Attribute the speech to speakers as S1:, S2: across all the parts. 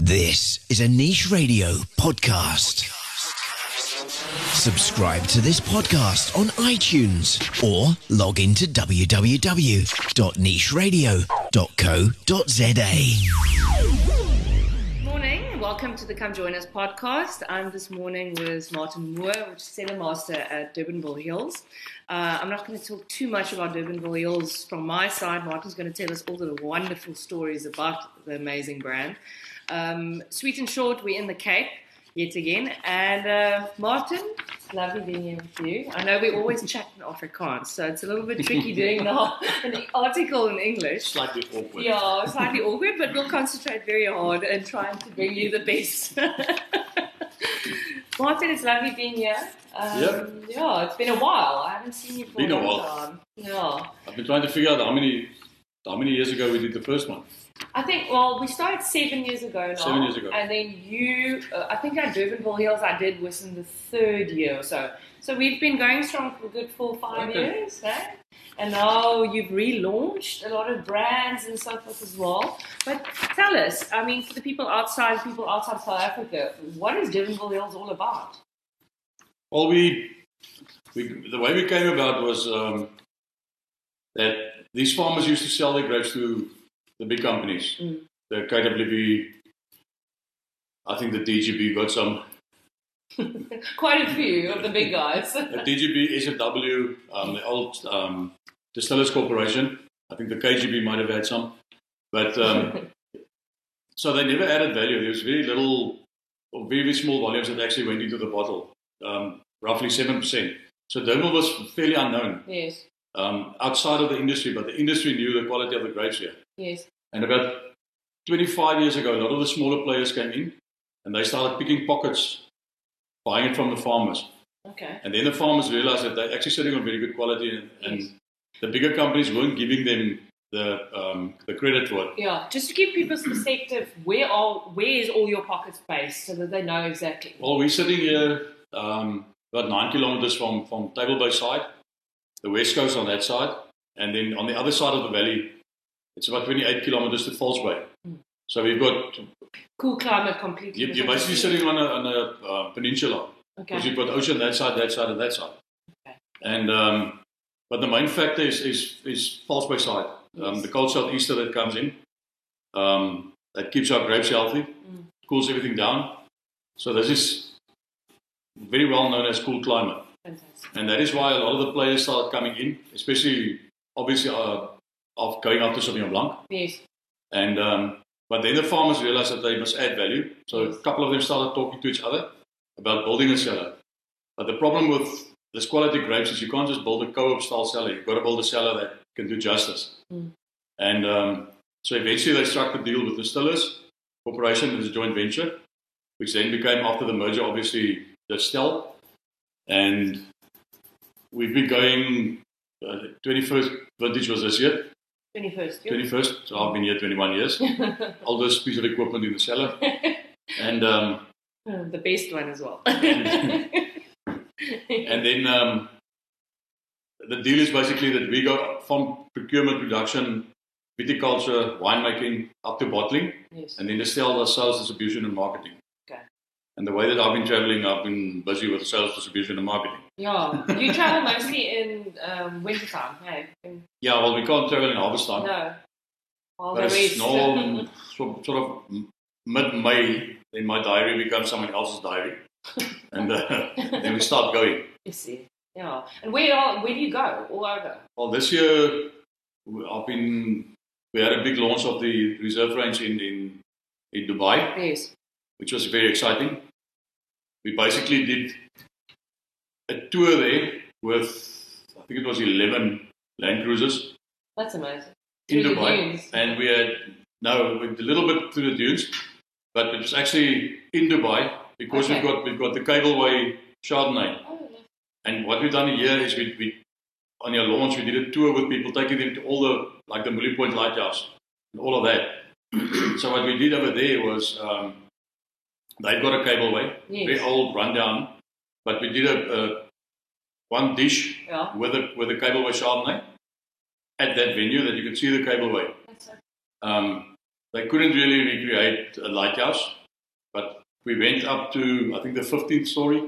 S1: This is a niche radio podcast. Subscribe to this podcast on iTunes or log into www.nicheradio.co.za.
S2: Morning, welcome to the Come Join Us podcast. I'm this morning with Martin Moore, which is Cellar Master at Durbanville Hills. Uh, I'm not going to talk too much about Durbanville Hills from my side. Martin's going to tell us all the wonderful stories about the amazing brand. Um, sweet and short, we're in the Cape yet again. And uh, Martin, it's lovely being here with you. I know we always chat in Afrikaans, so it's a little bit tricky doing the, whole- an article in English.
S3: slightly awkward.
S2: Yeah, slightly awkward, but we'll concentrate very hard and trying to bring you the best. Martin, it's lovely being here. Um,
S3: Yeah.
S2: yeah, it's been a while. I haven't seen you for
S3: Been a
S2: long
S3: while.
S2: time. Yeah.
S3: I've been trying to figure out how many how many years ago we did the first one.
S2: I think, well, we started seven years ago now.
S3: Seven years ago.
S2: And then you, uh, I think at Durbanville Hills, I did was in the third year or so. So we've been going strong for a good four or five
S3: Okay.
S2: years, eh? And now you've relaunched a lot of brands and so forth as well. But tell us, I mean, for the people outside, people outside South Africa, what is Durbanville Hills all about?
S3: Well, we, we the way we came about was um, that these farmers used to sell their grapes to the big companies, the KWB. I think the DGB got some.
S2: Quite a few of the big guys.
S3: The DGB is um, the old um, Distillers Corporation. I think the KGB might have had some, but um, so they never added value. There was very little, or very, very small volumes that actually went into the bottle, um, roughly seven percent. So Dermal was fairly unknown
S2: yes,
S3: um, outside of the industry, but the industry knew the quality of the grapes here.
S2: yes.
S3: And about 25 years ago, a lot of the smaller players came in, and they started picking pockets, buying it from the farmers.
S2: Okay.
S3: And then the farmers realized that they're actually sitting on very good quality, and, and the bigger companies weren't giving them the, um, the credit for it.
S2: Yeah, just to give people's perspective, where are where is all your pocket space so that they know exactly.
S3: Well, we're sitting here um, about nine kilometers from, from Table Bay side, the west coast on that side, and then on the other side of the valley, it's about 28 kilometers to Falls Bay. So we've got,
S2: Cool climate completely.
S3: you're, you're
S2: different.
S3: basically sitting on a, on a uh, peninsula. Because
S2: Okay.
S3: you've got ocean that side, that side, and that side.
S2: Okay.
S3: And um, but the main factor is is is pulse by side. Um,
S2: Yes.
S3: the cold southeaster that comes in, um, that keeps our grapes healthy,
S2: Mm.
S3: cools everything down. So this is very well known as cool climate,
S2: Fantastic.
S3: and that is why a lot of the players start coming in, especially obviously uh, of going after Sauvignon Blanc.
S2: Yes.
S3: And um, but then the farmers realized that they must add value. So a couple of them started talking to each other about building a cellar. But the problem with this quality grapes is you can't just build a co-op style cellar. You've got to build a cellar that can do justice. And um, so eventually they struck the deal with the Stillers Corporation as a joint venture, which then became after the merger obviously the Stell. And we've been going. Uh, 21st vintage was this year.
S2: Twenty first.
S3: 21st, so I've been here 21 years. All this piece of equipment in the cellar. and um,
S2: Uh, The best one as well.
S3: and then um, the deal is basically that we go from procurement, production, viticulture, winemaking, up to bottling,
S2: yes.
S3: and then the sale, the sales, distribution, and marketing.
S2: Okay.
S3: And the way that I've been traveling, I've been busy with sales, distribution, and marketing.
S2: Yeah. You travel mostly in um, wintertime, hey? In-
S3: Yeah, well, we can't travel in harvest time.
S2: No. While
S3: But
S2: the
S3: it's
S2: rest.
S3: no sort sort of m- mid-May, then my diary becomes someone else's diary, and uh, then we start going.
S2: You see. Yeah. And where are, where do you go? All over.
S3: Well, this year we- I've been we had a big launch of the reserve range in in, in Dubai,
S2: Yes.
S3: which was very exciting. We basically did a tour there with I think it was eleven Land Cruisers
S2: That's amazing.
S3: in
S2: Through the
S3: Dubai,
S2: dunes.
S3: and we had no we- a little bit through the dunes, but it was actually in Dubai because
S2: Okay.
S3: we've got we've got the Cableway Chardonnay,
S2: Oh, yeah.
S3: and what we've done here is we, we on your launch we did a tour with people, taking them to all the like the Mully Point Lighthouse and all of that. so what we did over there was um, they've got a cableway,
S2: Yes.
S3: very old, rundown, but we did a, a one dish
S2: Yeah.
S3: with a with a cableway chardonnay at that venue that you could see the cableway.
S2: That's
S3: Um, they couldn't really recreate a lighthouse, but we went up to I think the 15th story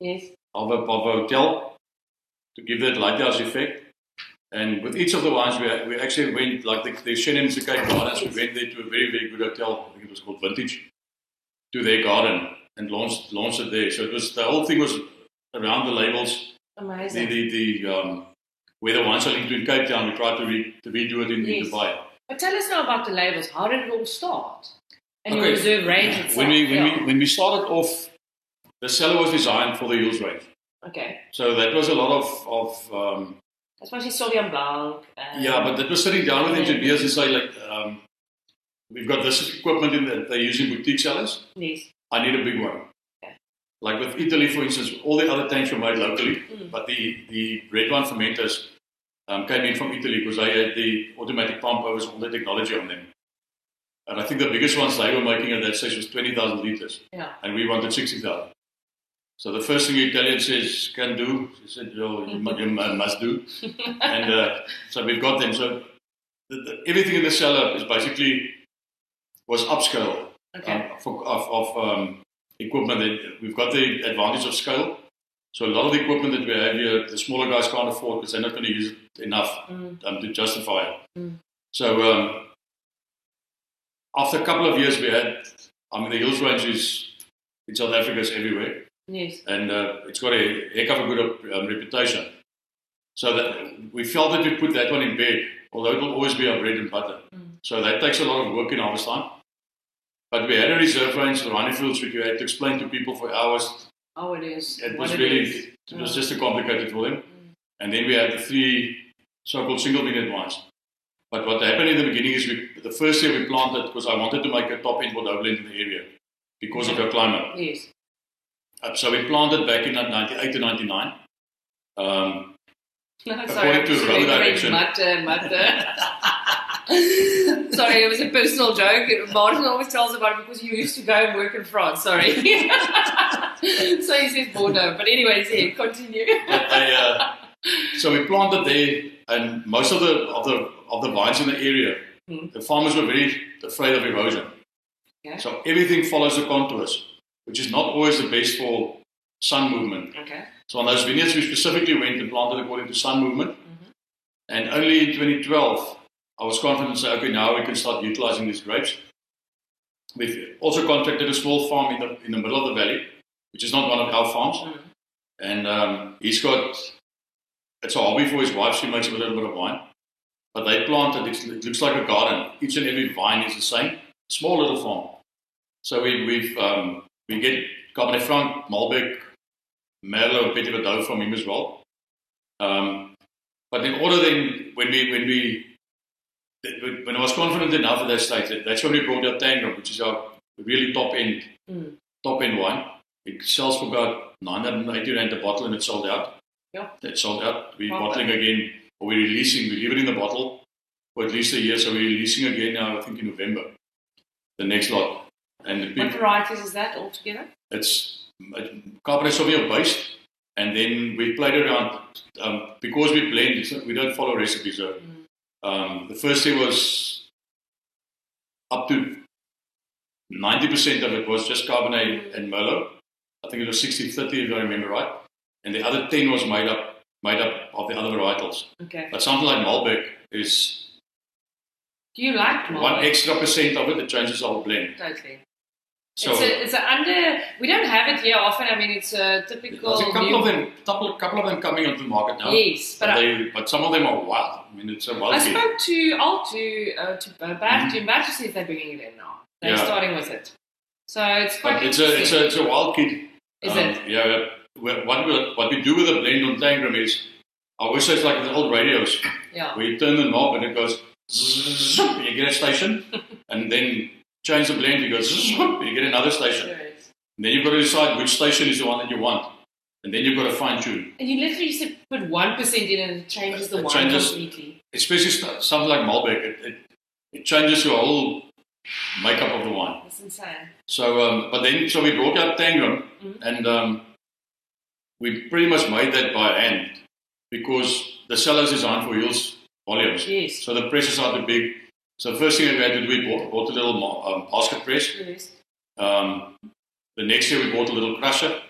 S2: Yes.
S3: of a, of a hotel to give that lighthouse effect. And with each of the wines, we, we actually went, like the, the Shannon's the Cape Gardens, we went there to a very, very good hotel, I think it was called Vintage, to their garden and launched, launched it there. So it was, the whole thing was around the labels, the,
S2: Amazing.
S3: the, the um, where the wines are linked to in Cape Town, we tried to, re, to redo it in,
S2: Yes.
S3: in Dubai.
S2: But tell us now about the labels. How did it all start? And
S3: Okay.
S2: your reserve range itself.
S3: When we, when,
S2: yeah.
S3: we, when we started off, the cellar was designed for the Hills range.
S2: Okay.
S3: So that was a lot of, of um,
S2: Especially Sauvignon Blanc. And
S3: Yeah, but that was sitting down with engineers and say like, um, we've got this equipment in that they're using boutique cellars.
S2: Yes.
S3: I need a big one.
S2: Okay.
S3: Like with Italy, for instance, all the other tanks were made locally,
S2: Mm.
S3: but the, the red wine fermenters um, came in from Italy because they had the automatic pump overs, all the technology on them. And I think the biggest ones they were making at that stage was 20,000 liters,
S2: Yeah.
S3: and we wanted 60,000. So the first thing the Italian says can do, she said, "Well, you, mu- you mu- must do and uh, so we've got them. So the, the, everything in the cellar is basically was upscale
S2: Okay.
S3: um, for, of, of um, equipment. That we've got the advantage of scale. So a lot of the equipment that we have here, the smaller guys can't afford because they're not going to use it enough
S2: Mm.
S3: um, to justify it.
S2: Mm.
S3: So um, after a couple of years, we had. I mean, the hills range is in South Africa is everywhere
S2: Yes.
S3: and uh, it's got a heck of a good um, reputation. So that we felt that we put that one in bed, although it will always be our bread and butter.
S2: Mm.
S3: So that takes a lot of work in harvest time. But we had a reserve range for honey fields, which we had to explain to people for hours.
S2: Oh, it is.
S3: It
S2: What
S3: was
S2: it
S3: really,
S2: is.
S3: it was
S2: Mm.
S3: just too complicated for them. And then we had the three so-called single vineyard wines. But what happened in the beginning is we, the first year we planted because I wanted to make a top-end Bordeaux blend in the area because
S2: Mm-hmm.
S3: of the climate.
S2: Yes.
S3: Uh, So we planted back in 98 to 99. Um,
S2: Sorry,
S3: to
S2: just
S3: road
S2: remembering
S3: direction.
S2: Mutter, mutter. uh, Sorry, it was a personal joke. Martin always tells about it because you used to go and work in France. Sorry. so he says Bordeaux. But anyways, yeah, continue.
S3: but they, uh, so we planted there, and most of the of the of the vines in the area,
S2: Hmm.
S3: the farmers were very afraid of erosion.
S2: Yeah.
S3: So everything follows the contours, which is not always the best for sun movement.
S2: Okay.
S3: So on those vineyards, we specifically went and planted according to sun movement. And only in 2012, I was confident to say, okay, now we can start utilizing these grapes. We've also contracted a small farm in the, in the middle of the valley, which is not one of our farms.
S2: Mm.
S3: And um, he's got, it's a hobby for his wife. She makes a little bit of wine. But they planted, it's, it looks like a garden. Each and every vine is the same. Small little farm. So we, we've, um, we get Cabernet Franc, Malbec, Merlot, Petit Verdot from him as well. Um, but in order then, when we when we that- when I was confident enough at that stage, that- that's when we brought out Tangram, which is our really top end
S2: Mm.
S3: top end wine. It sells for about 980 rand a bottle, and it sold out.
S2: Yeah.
S3: it sold out. We're
S2: Wow.
S3: bottling again, or we're releasing. We leave it in the bottle for at least a year, so we're releasing again now. I think in November, the next lot, and the
S2: What
S3: people,
S2: varieties is that altogether?
S3: it's uh, Cabernet Sauvignon based, and then we played around um, because we blend. It's not, we don't follow recipes. So um, the first year was up to ninety percent of it was just Cabernet and Merlot. I think it was 60-30 if I remember right, and the other ten was made up made up of the other varietals.
S2: Okay.
S3: But something like Malbec is
S2: Do you like Malbec?
S3: one extra percent of it that changes the whole blend.
S2: Totally.
S3: So
S2: it's a, it's a under. We don't have it here often. I mean, it's a typical.
S3: There's a couple
S2: new-
S3: of them, couple, couple of them coming onto the market now.
S2: Yes, but
S3: but,
S2: I-
S3: they, but some of them are wild. I mean, it's a wild
S2: I
S3: game.
S2: spoke to I'll to uh, to Bert, to Bert to see if they're bringing it in now. They're
S3: Mm-hmm. Yeah.
S2: starting with it, so it's quite
S3: But it's a it's
S2: interesting.
S3: a it's a wild kid. Um,
S2: Is it?
S3: Yeah. yeah. Well, What we what we do with the blend on Tangram is, I always say it's like the old radios.
S2: yeah.
S3: where you turn the knob and it goes. zzz, You get a station, and then change the blend. You go. zzz, You get another station.
S2: Sure is.
S3: And then you've got to decide which station is the one that you want, and then you've got to fine tune.
S2: And you literally just put one percent in, and it changes the
S3: It
S2: wine
S3: changes-
S2: completely.
S3: Especially st- something like Malbec, it, it, it changes your whole makeup of the wine.
S2: That's insane.
S3: So, um, but then, so we brought out Tangram, and um, we pretty much made that by hand because the cellar's designed for hills volumes.
S2: Yes.
S3: So the pressures are too big. So first thing I had to do, we bought, bought a little mo- um, basket press.
S4: Yes.
S3: Um, the next year we bought a little crusher.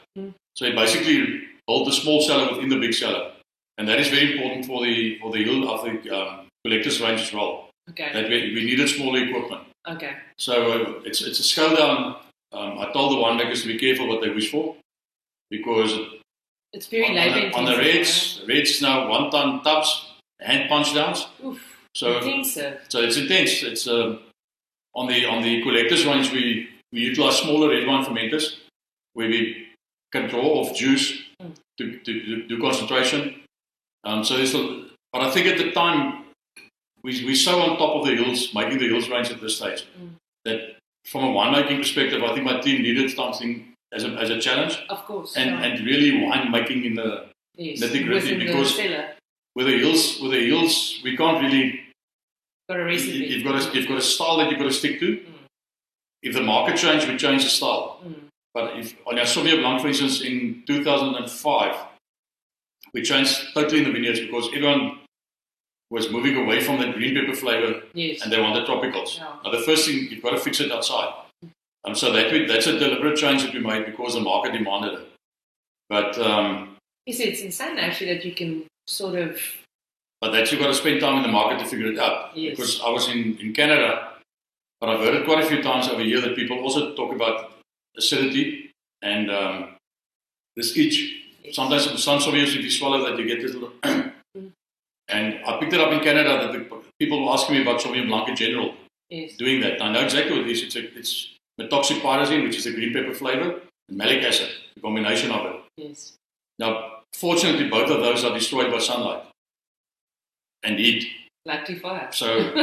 S3: So it basically built the small seller within the big seller. And that is very important for the for the yield of the um, collector's range as well.
S4: Okay.
S3: That we, we needed smaller equipment.
S4: Okay.
S3: So uh, it's it's a scale down. Um, I told the winemakers to be careful what they wish for because
S4: It's very
S3: on,
S4: labor
S3: the, on the reds, reds now one ton tubs, hand punch downs.
S4: Oof.
S3: So
S4: Intensive.
S3: so it's intense. It's um, on the on the collectors range we we utilize smaller red wine fermenters where we can draw off juice to, to, to do concentration. Um, so it's a, but I think at the time we we so on top of the hills, making the hills range at this stage that from a winemaking perspective, I think my team needed something as a, as a challenge
S4: Of course.
S3: and,
S4: yeah.
S3: and really winemaking in the
S4: yes.
S3: the nitty-gritty,
S4: Within the
S3: because-
S4: cellar.
S3: with the hills with the hills we can't really
S4: Got a
S3: You-
S4: recipe.
S3: You've got a, you've got a style that you've got to stick to. If the market changed, we change the style.
S2: Mm,
S3: But if on our Sauvignon Blanc, for instance, in 2005, we changed totally in the vineyards because everyone was moving away from that green pepper flavor
S4: Yes.
S3: and they wanted tropicals.
S4: Yeah.
S3: Now, the first thing you've got to fix it outside. Um, so that we, that's a deliberate change that we made because the market demanded it. But um,
S4: You see, it's insane actually that you can sort of
S3: But that you've got to spend time in the market to figure it out.
S4: Yes.
S3: Because I was in, in Canada, but I've heard it quite a few times over here that people also talk about acidity and um, this itch. Sometimes some souvenirs, if you swallow that, you get this little. and I picked it up in Canada that the, people were asking me about Sauvignon Blanc in general,
S4: yes.
S3: doing that. I know exactly what it is. It's, a, it's methoxypyrazine, which is a green pepper flavor, and malic acid, the combination of it.
S4: Yes.
S3: Now, fortunately, both of those are destroyed by sunlight and heat.
S4: Likely fire.
S3: So,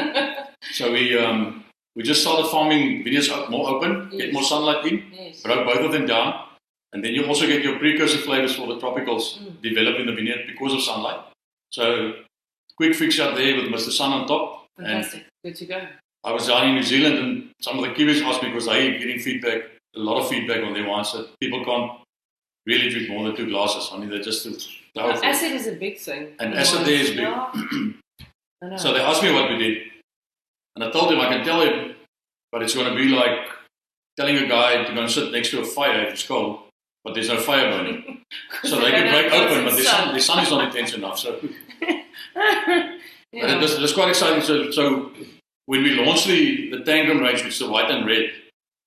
S3: so we um, we just started farming vineyards up more open, get more sunlight in,
S4: Yes.
S3: broke both of them down, and then you also get your precursor flavors for the tropicals developed in the vineyard because of sunlight. So, quick fix out there with Mr. Sun on top. And
S4: Fantastic. Good to go.
S3: I was down in New Zealand, and some of the Kiwis asked me because they're getting feedback, a lot of feedback on their wines that people can't really drink more than two glasses. I mean, they're just too
S4: Well,
S3: powerful.
S4: acid is a big thing.
S3: Oh, And acid there is big.
S4: Yeah. I know.
S3: So they asked me what we did. And I told him, I can tell him, but it's going to be like telling a guy to go and sit next to a fire if it's cold, but there's no fire burning. so they can break open, but the sun, the sun is not intense enough. So
S4: Yeah.
S3: but it was, it was quite exciting. So, so when we launched the, the Tangram range, which is the white and red,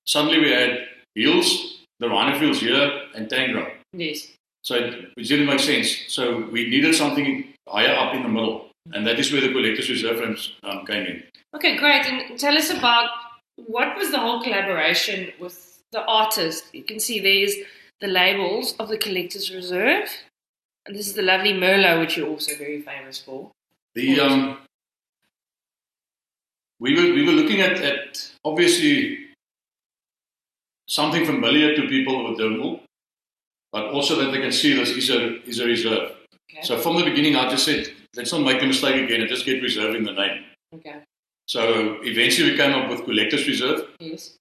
S3: suddenly we had Hills, the Rhino Fields here, and Tangram.
S4: Yes.
S3: So it, which didn't make sense. So we needed something higher up in the middle. And that is where the Collectors Reserve range um, came in.
S4: Okay, great. And tell us about what was the whole collaboration with the artist? You can see there's the labels of the Collectors Reserve. And this is the lovely Merlot, which you're also very famous for.
S3: The um, we were we were looking at, at obviously something familiar to people with dermal, but also that they can see this is a is a reserve.
S4: Okay.
S3: So from the beginning, I just said let's not make a mistake again and just get reserve in the name.
S4: Okay.
S3: So eventually, we came up with collectors reserve.
S4: Yes.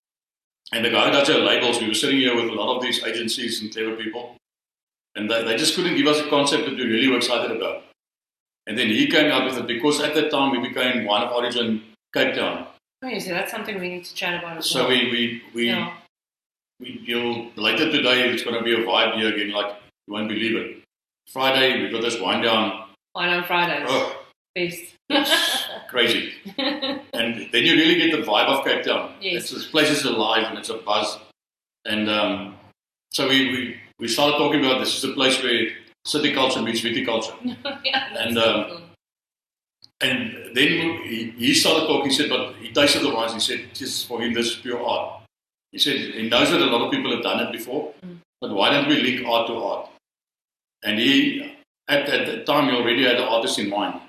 S3: And the guy that our labels, we were sitting here with a lot of these agencies and clever people, and they, they just couldn't give us a concept that we really were excited about. And then he came out with it because at that time we became one of origin Cape Town.
S4: Oh, yes, so that's something we need to chat about as
S3: So
S4: well.
S3: we we we,
S4: yeah.
S3: we you'll later today it's going to be a vibe here again, like you won't believe it. Friday we got this wind down.
S4: Wine on Fridays.
S3: Oh,
S4: Best.
S3: it's crazy. And then you really get the vibe of Cape Town.
S4: Yes.
S3: It's, this place is alive and it's a buzz. And um, so we, we, we started talking about this is a place where city culture meets viticulture.
S4: yeah,
S3: And,
S4: that's
S3: um,
S4: cool.
S3: And then he, he started talking, he said, but he tasted the wines, he said, this, for him, this is pure art. He said, he knows that nou a lot of people have done it before,
S4: Hmm.
S3: but why don't we link art to art? And he, at, at that time, he already had an artist in mind.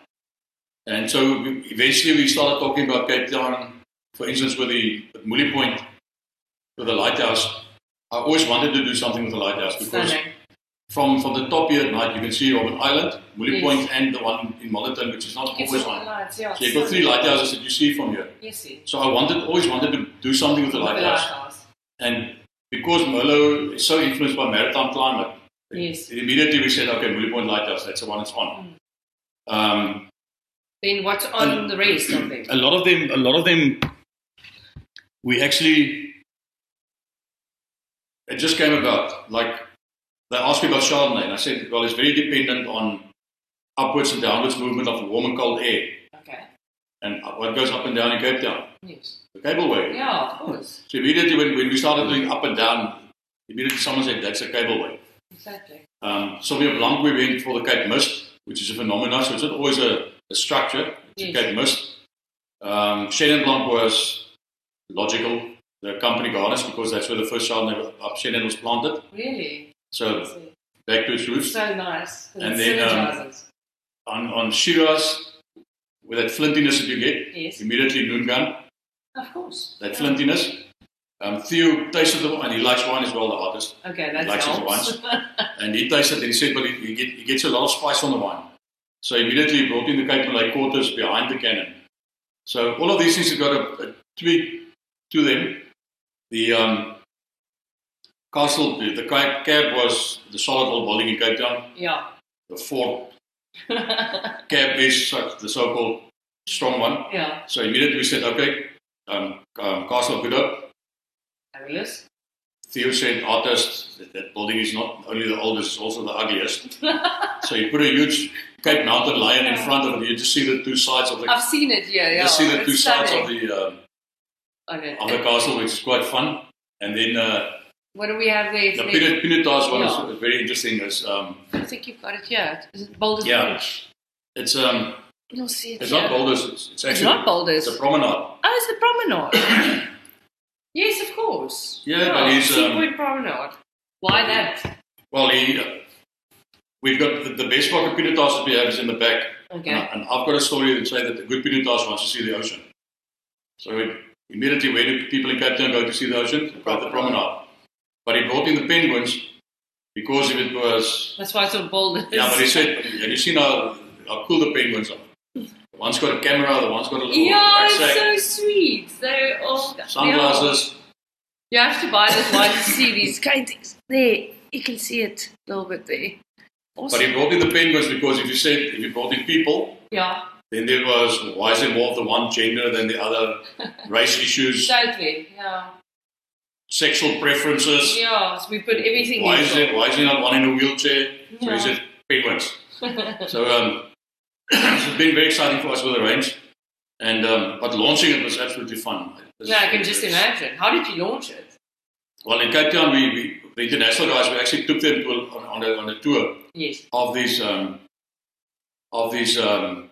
S3: And so we- eventually we started talking about Cape Town, for instance, with the with Moody Point, with the lighthouse. I always wanted to do something with the lighthouse because
S4: Stunning.
S3: from, from the top here at night, you can see Robben Island, Moody
S4: Yes.
S3: Point, and the one in Molliton, which is not
S4: You can see
S3: always
S4: the
S3: on.
S4: lights, yeah.
S3: So you've got three
S4: stunning.
S3: lighthouses that you see from here.
S4: Yes, see.
S3: So I wanted, always wanted to do something with the
S4: The
S3: lighthouse.
S4: lighthouse.
S3: And because Merlot is so influenced by maritime climate,
S4: Yes.
S3: immediately we said, okay, Moody Point Lighthouse, that's the one it's on. Um,
S2: Then what's Hmm. on the rest of them?
S3: a lot of them a lot of them we actually it just came about like they asked me about chardonnay and i said well it's very dependent on upwards and downwards movement of warm and cold air
S2: Okay.
S3: and what goes up and down in cape town
S2: Yes.
S3: the cableway
S2: Yeah, of course.
S3: so immediately when, when we started doing up and down immediately someone said that's a cableway
S2: Exactly.
S3: um, Sauvignon Blanc, we went for the Cape Mist, which is a phenomenon. So it's not always a, a structure. It's
S2: Yes.
S3: a Cape Mist. Um, Chenin Blanc was logical. The company garners because that's where the first Chardonnay of Chenin was planted.
S2: Really?
S3: So
S2: So
S3: back to its roots.
S2: so nice. 'cause
S3: And
S2: it
S3: then, um,
S2: synergizes.
S3: On, on Shiraz, with that flintiness that you get,
S2: Yes.
S3: immediately Noongan,
S2: of course.
S3: that
S2: Yeah.
S3: flintiness. Um, Theo tasted the wine. He likes wine as well, the artist.
S2: Okay, that's
S3: likes his
S2: helps.
S3: And he tasted it and he said, but he, he, get, he gets a lot of spice on the wine. So immediately he brought in the Cape Malay quarters behind the cannon. So all of these things have got a, a tweak to them. The um, castle, the, the ca- cab was the solid old building in Cape Town.
S2: yeah.
S3: The fort cab is so- the so-called strong one.
S2: yeah.
S3: So immediately we said, okay, um, um, Castle Buddha,
S2: Fabulous.
S3: Theo said, artist, that, that building is not only the oldest, it's also the ugliest. so you put a huge Cape Mountain lion in front of it, you just see the two sides of the,
S2: I've seen it here.
S3: you
S2: Yeah.
S3: just see the
S2: It's
S3: two sides of
S2: stunning.
S3: the, um,
S2: Okay.
S3: of the castle, which is quite fun. And then uh,
S2: What do we have there?
S3: the
S2: for
S3: Pinot, Pinotage one
S2: Yeah.
S3: is very interesting. It's, um,
S2: I think you've got it here. Is it Boulder's
S3: Yeah.
S2: Bridge?
S3: it's, um,
S2: You'll see it
S3: it's
S2: here.
S3: not boulders, it's, it's actually
S2: not boulders.
S3: It's a promenade.
S2: Oh, it's the promenade. yes, of course.
S3: Yeah, but he's, um,
S2: Secret promenade. Why that?
S3: Well, he, uh, we've got the, the best pocket Pinotage that we have is in the back.
S2: Okay.
S3: And, I- and I've got a story that say that the good Pinotage wants to see the ocean. So it, immediately, where do people in Cape Town go to see the ocean? Right the promenade. But he brought in the penguins because if it was.
S2: That's why it's on Boulder's.
S3: Yeah, but he said, have you seen how, how cool the penguins are? The one's got a camera, the one's got a little
S2: Yeah, it's
S3: rucksack,
S2: so sweet. They're all
S3: sunglasses.
S2: Yeah. You have to buy this one to see these kind things. There, you can see it a little bit there.
S3: But he
S2: Awesome.
S3: brought in the penguins because if you said, if you brought in people,
S2: Yeah,
S3: then there was, why is there more of the one gender than the other? Race issues,
S2: totally. Yeah,
S3: sexual preferences.
S2: yeah. So we put everything.
S3: why
S2: in
S3: is
S2: there.
S3: it why is there not one in a wheelchair? So
S2: Yeah.
S3: he said penguins. so um, it's been very exciting for us with the range, and um, but launching it was absolutely fun. It
S2: Yeah, I can
S3: was-
S2: just imagine. How did you launch it?
S3: Well, in Cape Town, we, we the international guys we actually took them to a, on, on, a, on a tour
S2: Yes.
S3: of these um, of these um,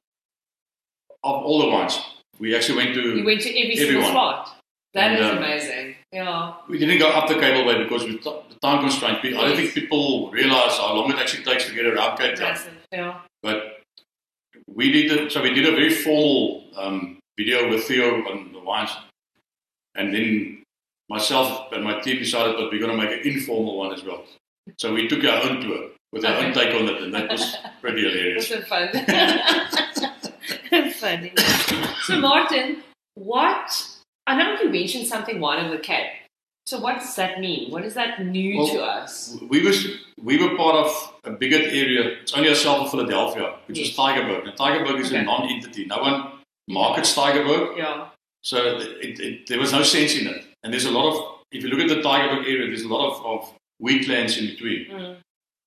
S3: of all the wines. We actually went to
S2: You went to every single
S3: Everyone.
S2: spot. That
S3: And,
S2: is
S3: um,
S2: amazing. Yeah.
S3: we didn't go up the cableway because we the time constraint. We, I don't
S2: Yes.
S3: think people realize how long it actually takes to get around Cape Town.
S2: Massive. Yeah.
S3: But we did a, so we did a very formal um, video with Theo on the wines, and then myself and my team decided that we're going to make an informal one as well. So we took our own tour with our own take on it, and that was pretty hilarious.
S2: That's fun. Funny. So, Martin, what? I know you mentioned something wine of the Cape. So, what does that mean? What is that new
S3: Well,
S2: to us?
S3: We was we were part of a bigger area. It's only ourselves in Philadelphia, which is
S2: Yes.
S3: Tigerberg. And Tigerberg is
S2: Okay.
S3: a non-entity. No one markets Tigerberg.
S2: Yeah.
S3: So it, it, there was no sense in it. And there's a lot of, if you look at the Tigerberg area, there's a lot of, of wheatlands in between.
S2: Mm.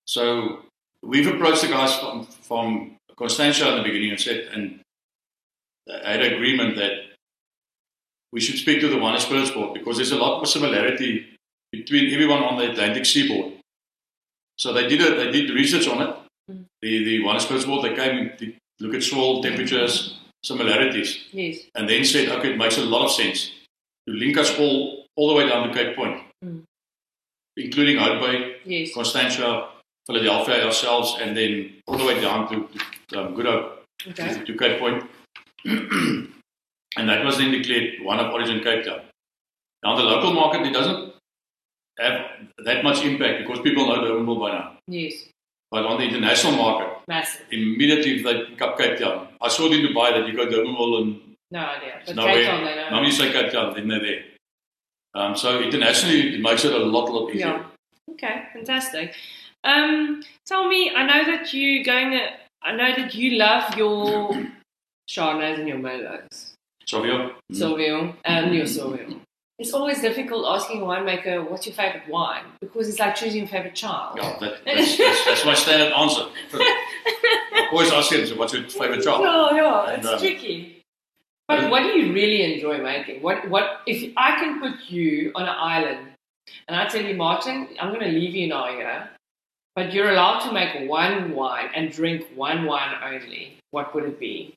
S3: So we've approached the guys from, from Constantia in the beginning and said, and I had an agreement that we should speak to the Wine and Spirits Board because there's a lot of similarity between everyone on the Atlantic seaboard. So they did a, they did research on it. The, the Wine and Spirits Board, they came and did- look at soil temperatures, similarities
S2: Yes.
S3: and then said, okay, it makes a lot of sense to link us all all the way down to Cape Point,
S2: Mm.
S3: including Hope Bay,
S2: Yes.
S3: Constantia, Philadelphia ourselves, and then all the way down to, to um, Good Hope,
S2: Okay.
S3: to Cape Point. and that was then declared one of origin Cape Town. Now the local market, it doesn't have that much impact because people know Durbanville by now.
S2: Yes.
S3: But on the international market,
S2: Massive.
S3: immediately they pick up Cape Town. I saw it in Dubai that you got Durbanville and
S2: No idea. But
S3: no
S2: Cape
S3: way.
S2: Town, they know.
S3: Normally you say Cape Town, then they're there. Um, so internationally, it makes it a lot, lot easier.
S2: Yeah. Okay, fantastic. Um, tell me, I know that you going. I know that you love your Chardonnays and your Merlots.
S3: Sauvignon.
S2: Sauvignon
S3: Mm-hmm.
S2: and your Sauvignon. It's always difficult asking a winemaker what's your favorite wine because it's like choosing your favorite child.
S3: Yeah, that, that's, that's, that's my standard answer. I always ask him, so what's your favorite job?
S2: Yeah, yeah,
S3: And,
S2: it's
S3: um,
S2: tricky. But what do you really enjoy making? What what if I can put you on an island and I tell you, Martin, I'm gonna leave you now here, but you're allowed to make one wine and drink one wine only, what would it be?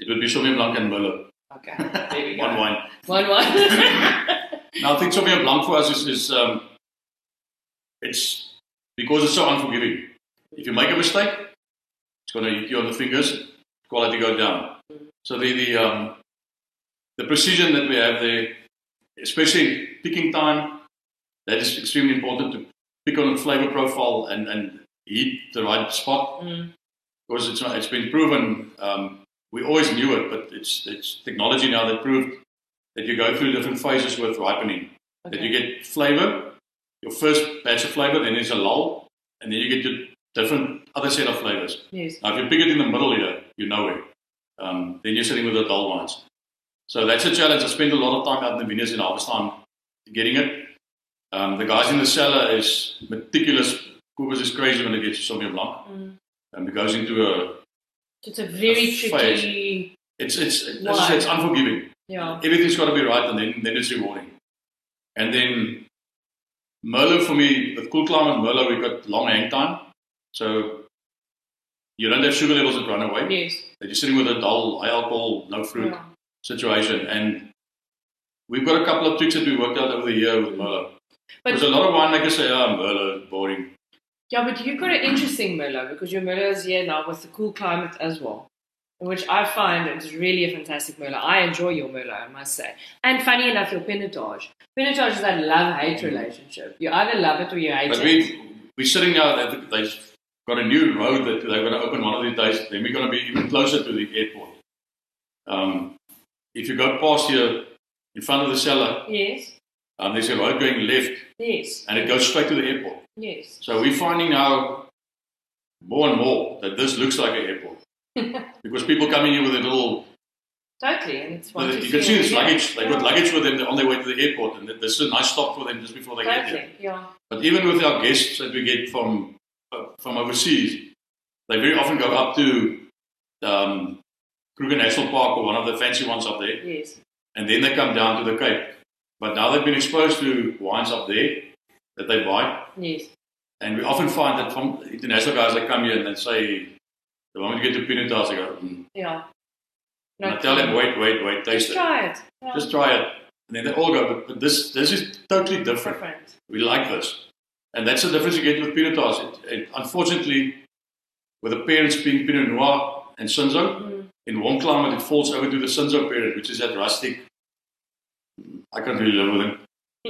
S3: It would be Sauvignon Blanc and Merlot.
S2: Okay. There we go.
S3: One wine.
S2: One wine.
S3: Now, I think Sauvignon Blanc for us is, is um, it's because it's so unforgiving. If you make a mistake, it's going to hit you on the fingers, quality go down. So the, the, um, the precision that we have there, especially picking time, that is extremely important to pick on a flavor profile and, and hit the right spot.
S2: Mm,
S3: Because it's, not- it's been proven, um, we always knew it, but it's, it's technology now that proved that you go through different phases with ripening. That
S2: Okay.
S3: you get flavor, your first batch of flavor, then there's a lull, and then you get your different other set of flavors.
S2: yes.
S3: Now, if you pick it in the middle here, you know it. Um, then you're sitting with the dull ones. So that's a challenge. I spend a lot of time out in the vineyards in harvest time getting it. Um, the guys in the cellar is meticulous. Coopers is crazy when it gets to Sauvignon Blanc. And it goes into a...
S2: Mm, So It's a very
S3: A
S2: tricky
S3: It's, it's, as I said, it's unforgiving.
S2: yeah.
S3: Everything's got to be right, and then, then it's rewarding. And then Merlot for me, with Cool Climb and Merlot, we got long hang time. So you don't have sugar levels that run away.
S2: Yes.
S3: That you're sitting with a dull, high alcohol, no fruit
S2: Yeah.
S3: situation. And we've got a couple of tricks that we worked out over the year with Merlot.
S2: But-
S3: Because a lot of winemakers say, oh, Merlot, boring.
S2: Yeah, but you've got an interesting Merlot because your Merlot is here now with the cool climate as well, which I find is really a fantastic Merlot. I enjoy your Merlot, I must say. And funny enough, your Pinotage. Pinotage is that love hate relationship. You either love it or you hate
S3: Mm. But
S2: it.
S3: we we're sitting now. That they've got a new road that they're going to open one of these days. Then we're going to be even closer to the airport. Um, if you go past here in front of the cellar,
S2: Yes,
S3: um, there's a road going left,
S2: yes,
S3: and it goes straight to the airport.
S2: yes.
S3: So we're finding now more and more that this looks like an airport because people coming in with a little.
S2: Totally. And it's one
S3: you can see this luggage. They've got luggage with them on their way to the airport, and this is a nice stop for them just before they get there.
S2: Totally, yeah.
S3: But even with our guests that we get from uh, from overseas, they very often go up to um, Kruger National Park or one of the fancy ones up there,
S2: Yes.
S3: and then they come down to the Cape. But now they've been exposed to wines up there that they buy,
S2: Yes.
S3: and we often find that from international guys that come here and they say, "The moment you get to Pinotage, I go." Mm.
S2: Yeah.
S3: And I tell them, "Wait, wait, wait, taste
S2: Just
S3: it,
S2: try it. Yeah.
S3: just try it." And then they all go, "But, but this this is totally different."
S2: different.
S3: We like this. And that's the difference you get with Pinot Noirs. It, it, unfortunately, with the parents being Pinot Noir and Sinzo,
S2: Mm-hmm.
S3: in warm climate it falls over to the Sinzo parent, which is that rustic. I can't really live with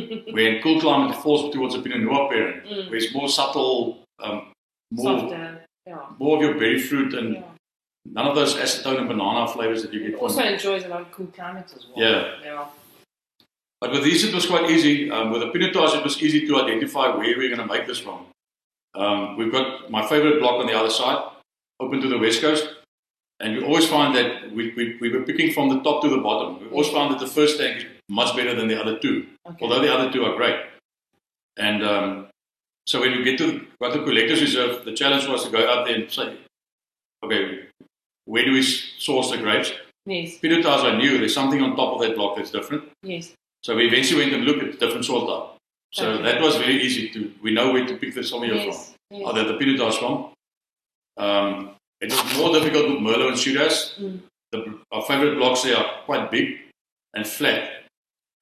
S3: him. Where in cool climate it falls towards the Pinot Noir parent, where it's more subtle, um, more,
S2: Mm. Softer. Yeah.
S3: more of your berry fruit and
S2: Yeah.
S3: none of those acetone and banana flavors that you
S2: It
S3: get
S2: also
S3: from.
S2: enjoys a lot of cool climate as well.
S3: Yeah.
S2: Yeah.
S3: But with these, it was quite easy. Um, with the Pinotage, it was easy to identify where we're going to make this from. Um, we've got my favorite block on the other side, open to the west coast. And we always find that we, we, we were picking from the top to the bottom. We always found that the first tank is much better than the other two,
S2: Okay.
S3: although the other two are great. And um, so when we get to got the collectors reserve, the challenge was to go out there and say, okay, where do we s- source the grapes?
S2: Yes.
S3: Pinotage, I knew there's something on top of that block that's different.
S2: Yes.
S3: So we eventually went and looked at different soil type. So
S2: Okay.
S3: that was very easy to. We know where to pick the Sauvignon
S2: Yes,
S3: from,
S2: yes.
S3: or the, the Pinot Noir from. Um, it was more difficult with Merlot and Shiraz.
S2: Mm.
S3: The, our favorite blocks there are quite big and flat,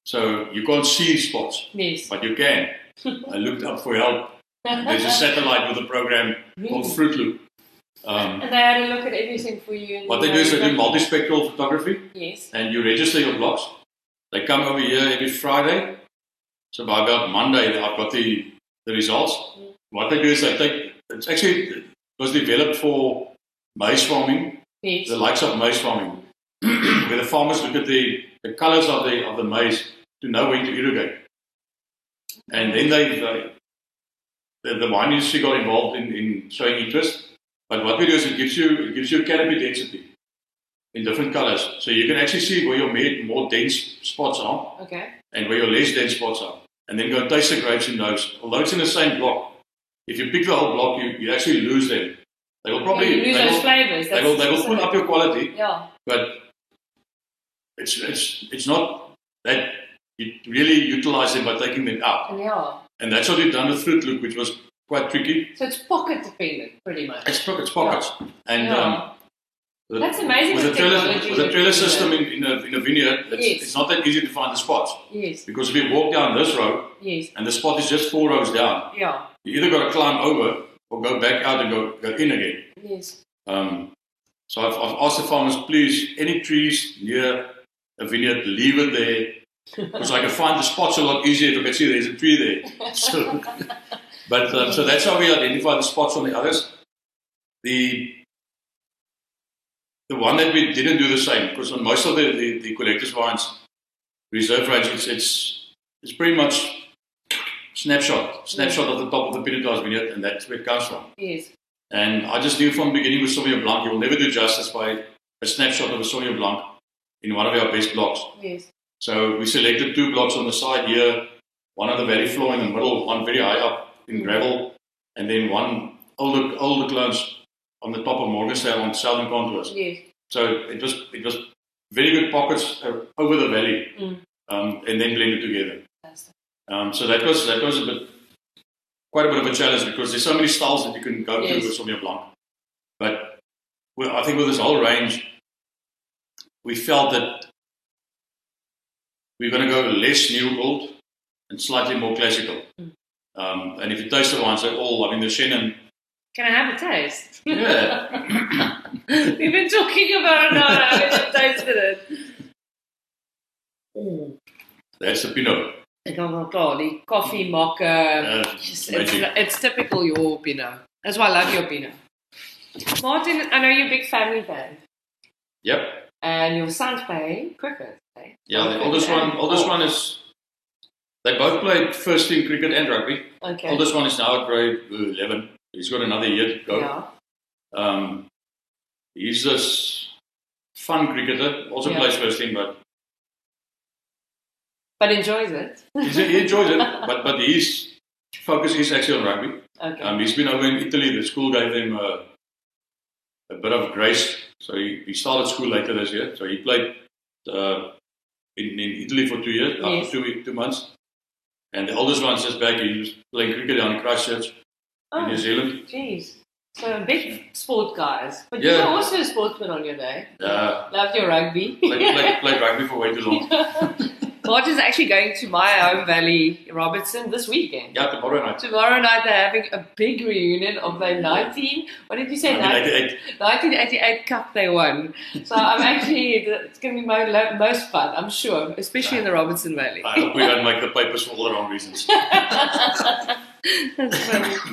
S3: so you can't see spots,
S2: Yes.
S3: but you can. I looked up for help. There's a satellite with a program
S2: Really?
S3: called Fruit Loop. Um,
S2: And they had a look at everything for you. and
S3: what they do is they do multispectral photography
S2: Yes.
S3: and you register your blocks. They come over here every Friday. So by about Monday, I've got the, the results. What they do is they take, it's actually it was developed for maize farming,
S2: Yes.
S3: the likes of maize farming, where the farmers look at the, the colors of the, of the maize to know when to irrigate. And then they, they the, the wine industry got involved in, in showing interest. But what we do is it gives you, it gives you canopy density. in different colors. So you can actually see where your ma- more dense spots are
S2: Okay.
S3: and where your less dense spots are. And then go and taste the grapes in those. Although it's in the same block, if you pick the whole block, you, you actually lose them. They will probably
S2: you lose
S3: they
S2: those
S3: will,
S2: flavors.
S3: they will, they will pull up your quality,
S2: Yeah.
S3: but it's, it's, it's not that you really utilize them by taking them out.
S2: And yeah.
S3: And that's what we've done with Fruit Loop, which was quite tricky.
S2: So it's pocket dependent, pretty much.
S3: It's, pockets- pockets. And
S2: yeah.
S3: um, With-
S2: That's amazing
S3: With a
S2: the
S3: trailer,
S2: technology
S3: with a
S2: that
S3: trailer
S2: you do
S3: system
S2: that.
S3: in, in, a, in a vineyard, it's,
S2: Yes.
S3: it's not that easy to find the spots.
S2: yes.
S3: Because if you walk down this road
S2: Yes.
S3: and the spot is just four rows down,
S2: Yeah.
S3: you either got to climb over or go back out and go, go in again.
S2: Yes.
S3: Um, so I've, I've asked the farmers, please, any trees near a vineyard, leave it there. Because I can find the spots a lot easier if I can see there's a tree there. So, but um, so that's how we identify the spots on the others. The the one that we didn't do the same because on most of the, the, the collectors wines, reserve range, it's it's it's pretty much snapshot snapshot of the top of the Pinotage vineyard, and that's where it comes from.
S2: Yes.
S3: And I just knew from the beginning with Sauvignon Blanc, you will never do justice by a snapshot of a Sauvignon Blanc in one of our best blocks.
S2: Yes.
S3: So we selected two blocks on the side here, one on the valley floor in the middle, one very high up in gravel, and then one older older clones on the top of Morgenstern on southern contours.
S2: Yes.
S3: So it was it was very good pockets uh, over the valley,
S2: Mm.
S3: um, and then blended together.
S2: Fantastic.
S3: Um, so that was that was a bit quite a bit of a challenge because there's so many styles that you can go
S2: Yes.
S3: to with Sauvignon Blanc. But well, I think with this whole range, we felt that we're going to go less new old and slightly more classical. Um, and if you taste the wines, they're all. I mean, the Shannon,
S2: Can I have a taste?
S3: yeah,
S2: We've been talking about it now. and I haven't tasted it. Mm.
S3: that's the Pinot.
S2: Ek kan wel klaar die koffie
S3: Mm.
S2: maak. Uh,
S3: Uh,
S2: it's, it's,
S3: magic.
S2: it's typical your Pinot. That's why I love your Pinot. Martin, I know you're a big family fan.
S3: Yep.
S2: And your son's playing cricket. eh?
S3: Yeah, the oldest one, oldest
S2: oh.
S3: one is. They both played first team cricket and rugby.
S2: Okay.
S3: Oldest one is now at grade eleven. He's got another year to go.
S2: Yeah.
S3: Um, he's this fun cricketer. Also
S2: Yeah.
S3: plays first team, but
S2: But enjoys it.
S3: he's, he enjoys it. But but his focus is actually on rugby.
S2: Okay.
S3: Um, he's been over in Italy. The school gave him a, a bit of grace, so he, he started school later this year. So he played uh, in, in Italy for two years, after
S2: Yes.
S3: two week, two months. And the oldest one's just back. He was playing cricket down in Christchurch in New
S2: oh,
S3: Zealand.
S2: jeez. So big sport guys. But
S3: Yeah.
S2: you were also a sportsman on your day.
S3: Uh,
S2: Loved your rugby.
S3: played, played, played rugby for way too long.
S2: Martin's actually going to my home valley, Robertson, this weekend.
S3: Yeah, tomorrow night.
S2: Tomorrow night they're having a big reunion of their 19, what did you say,
S3: 1988.
S2: 1988 Cup they won. So I'm actually, it's going to be my lo- most fun, I'm sure, especially in the Robertson Valley.
S3: I hope we don't make the papers for all the wrong reasons.
S2: That's funny.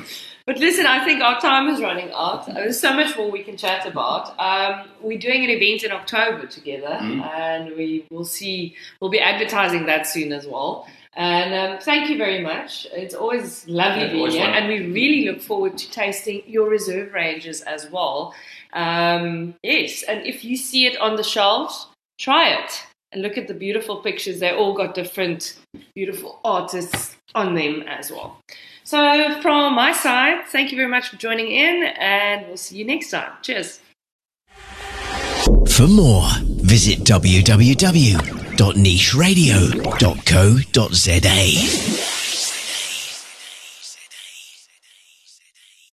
S2: But listen, I think our time is running out. There's so much more we can chat about. Um, we're doing an event in October together,
S3: Mm-hmm.
S2: and we will see. We'll be advertising that soon as well. And um, thank you very much. It's always lovely
S3: Yeah,
S2: being
S3: always
S2: here,
S3: fun.
S2: and we really look forward to tasting your reserve ranges as well. Um, yes, and if you see it on the shelves, try it and look at the beautiful pictures. They all got different beautiful artists on them as well. So, from my side, thank you very much for joining in, and we'll see you next time. Cheers.
S1: For more, visit www.nicheradio.co.za.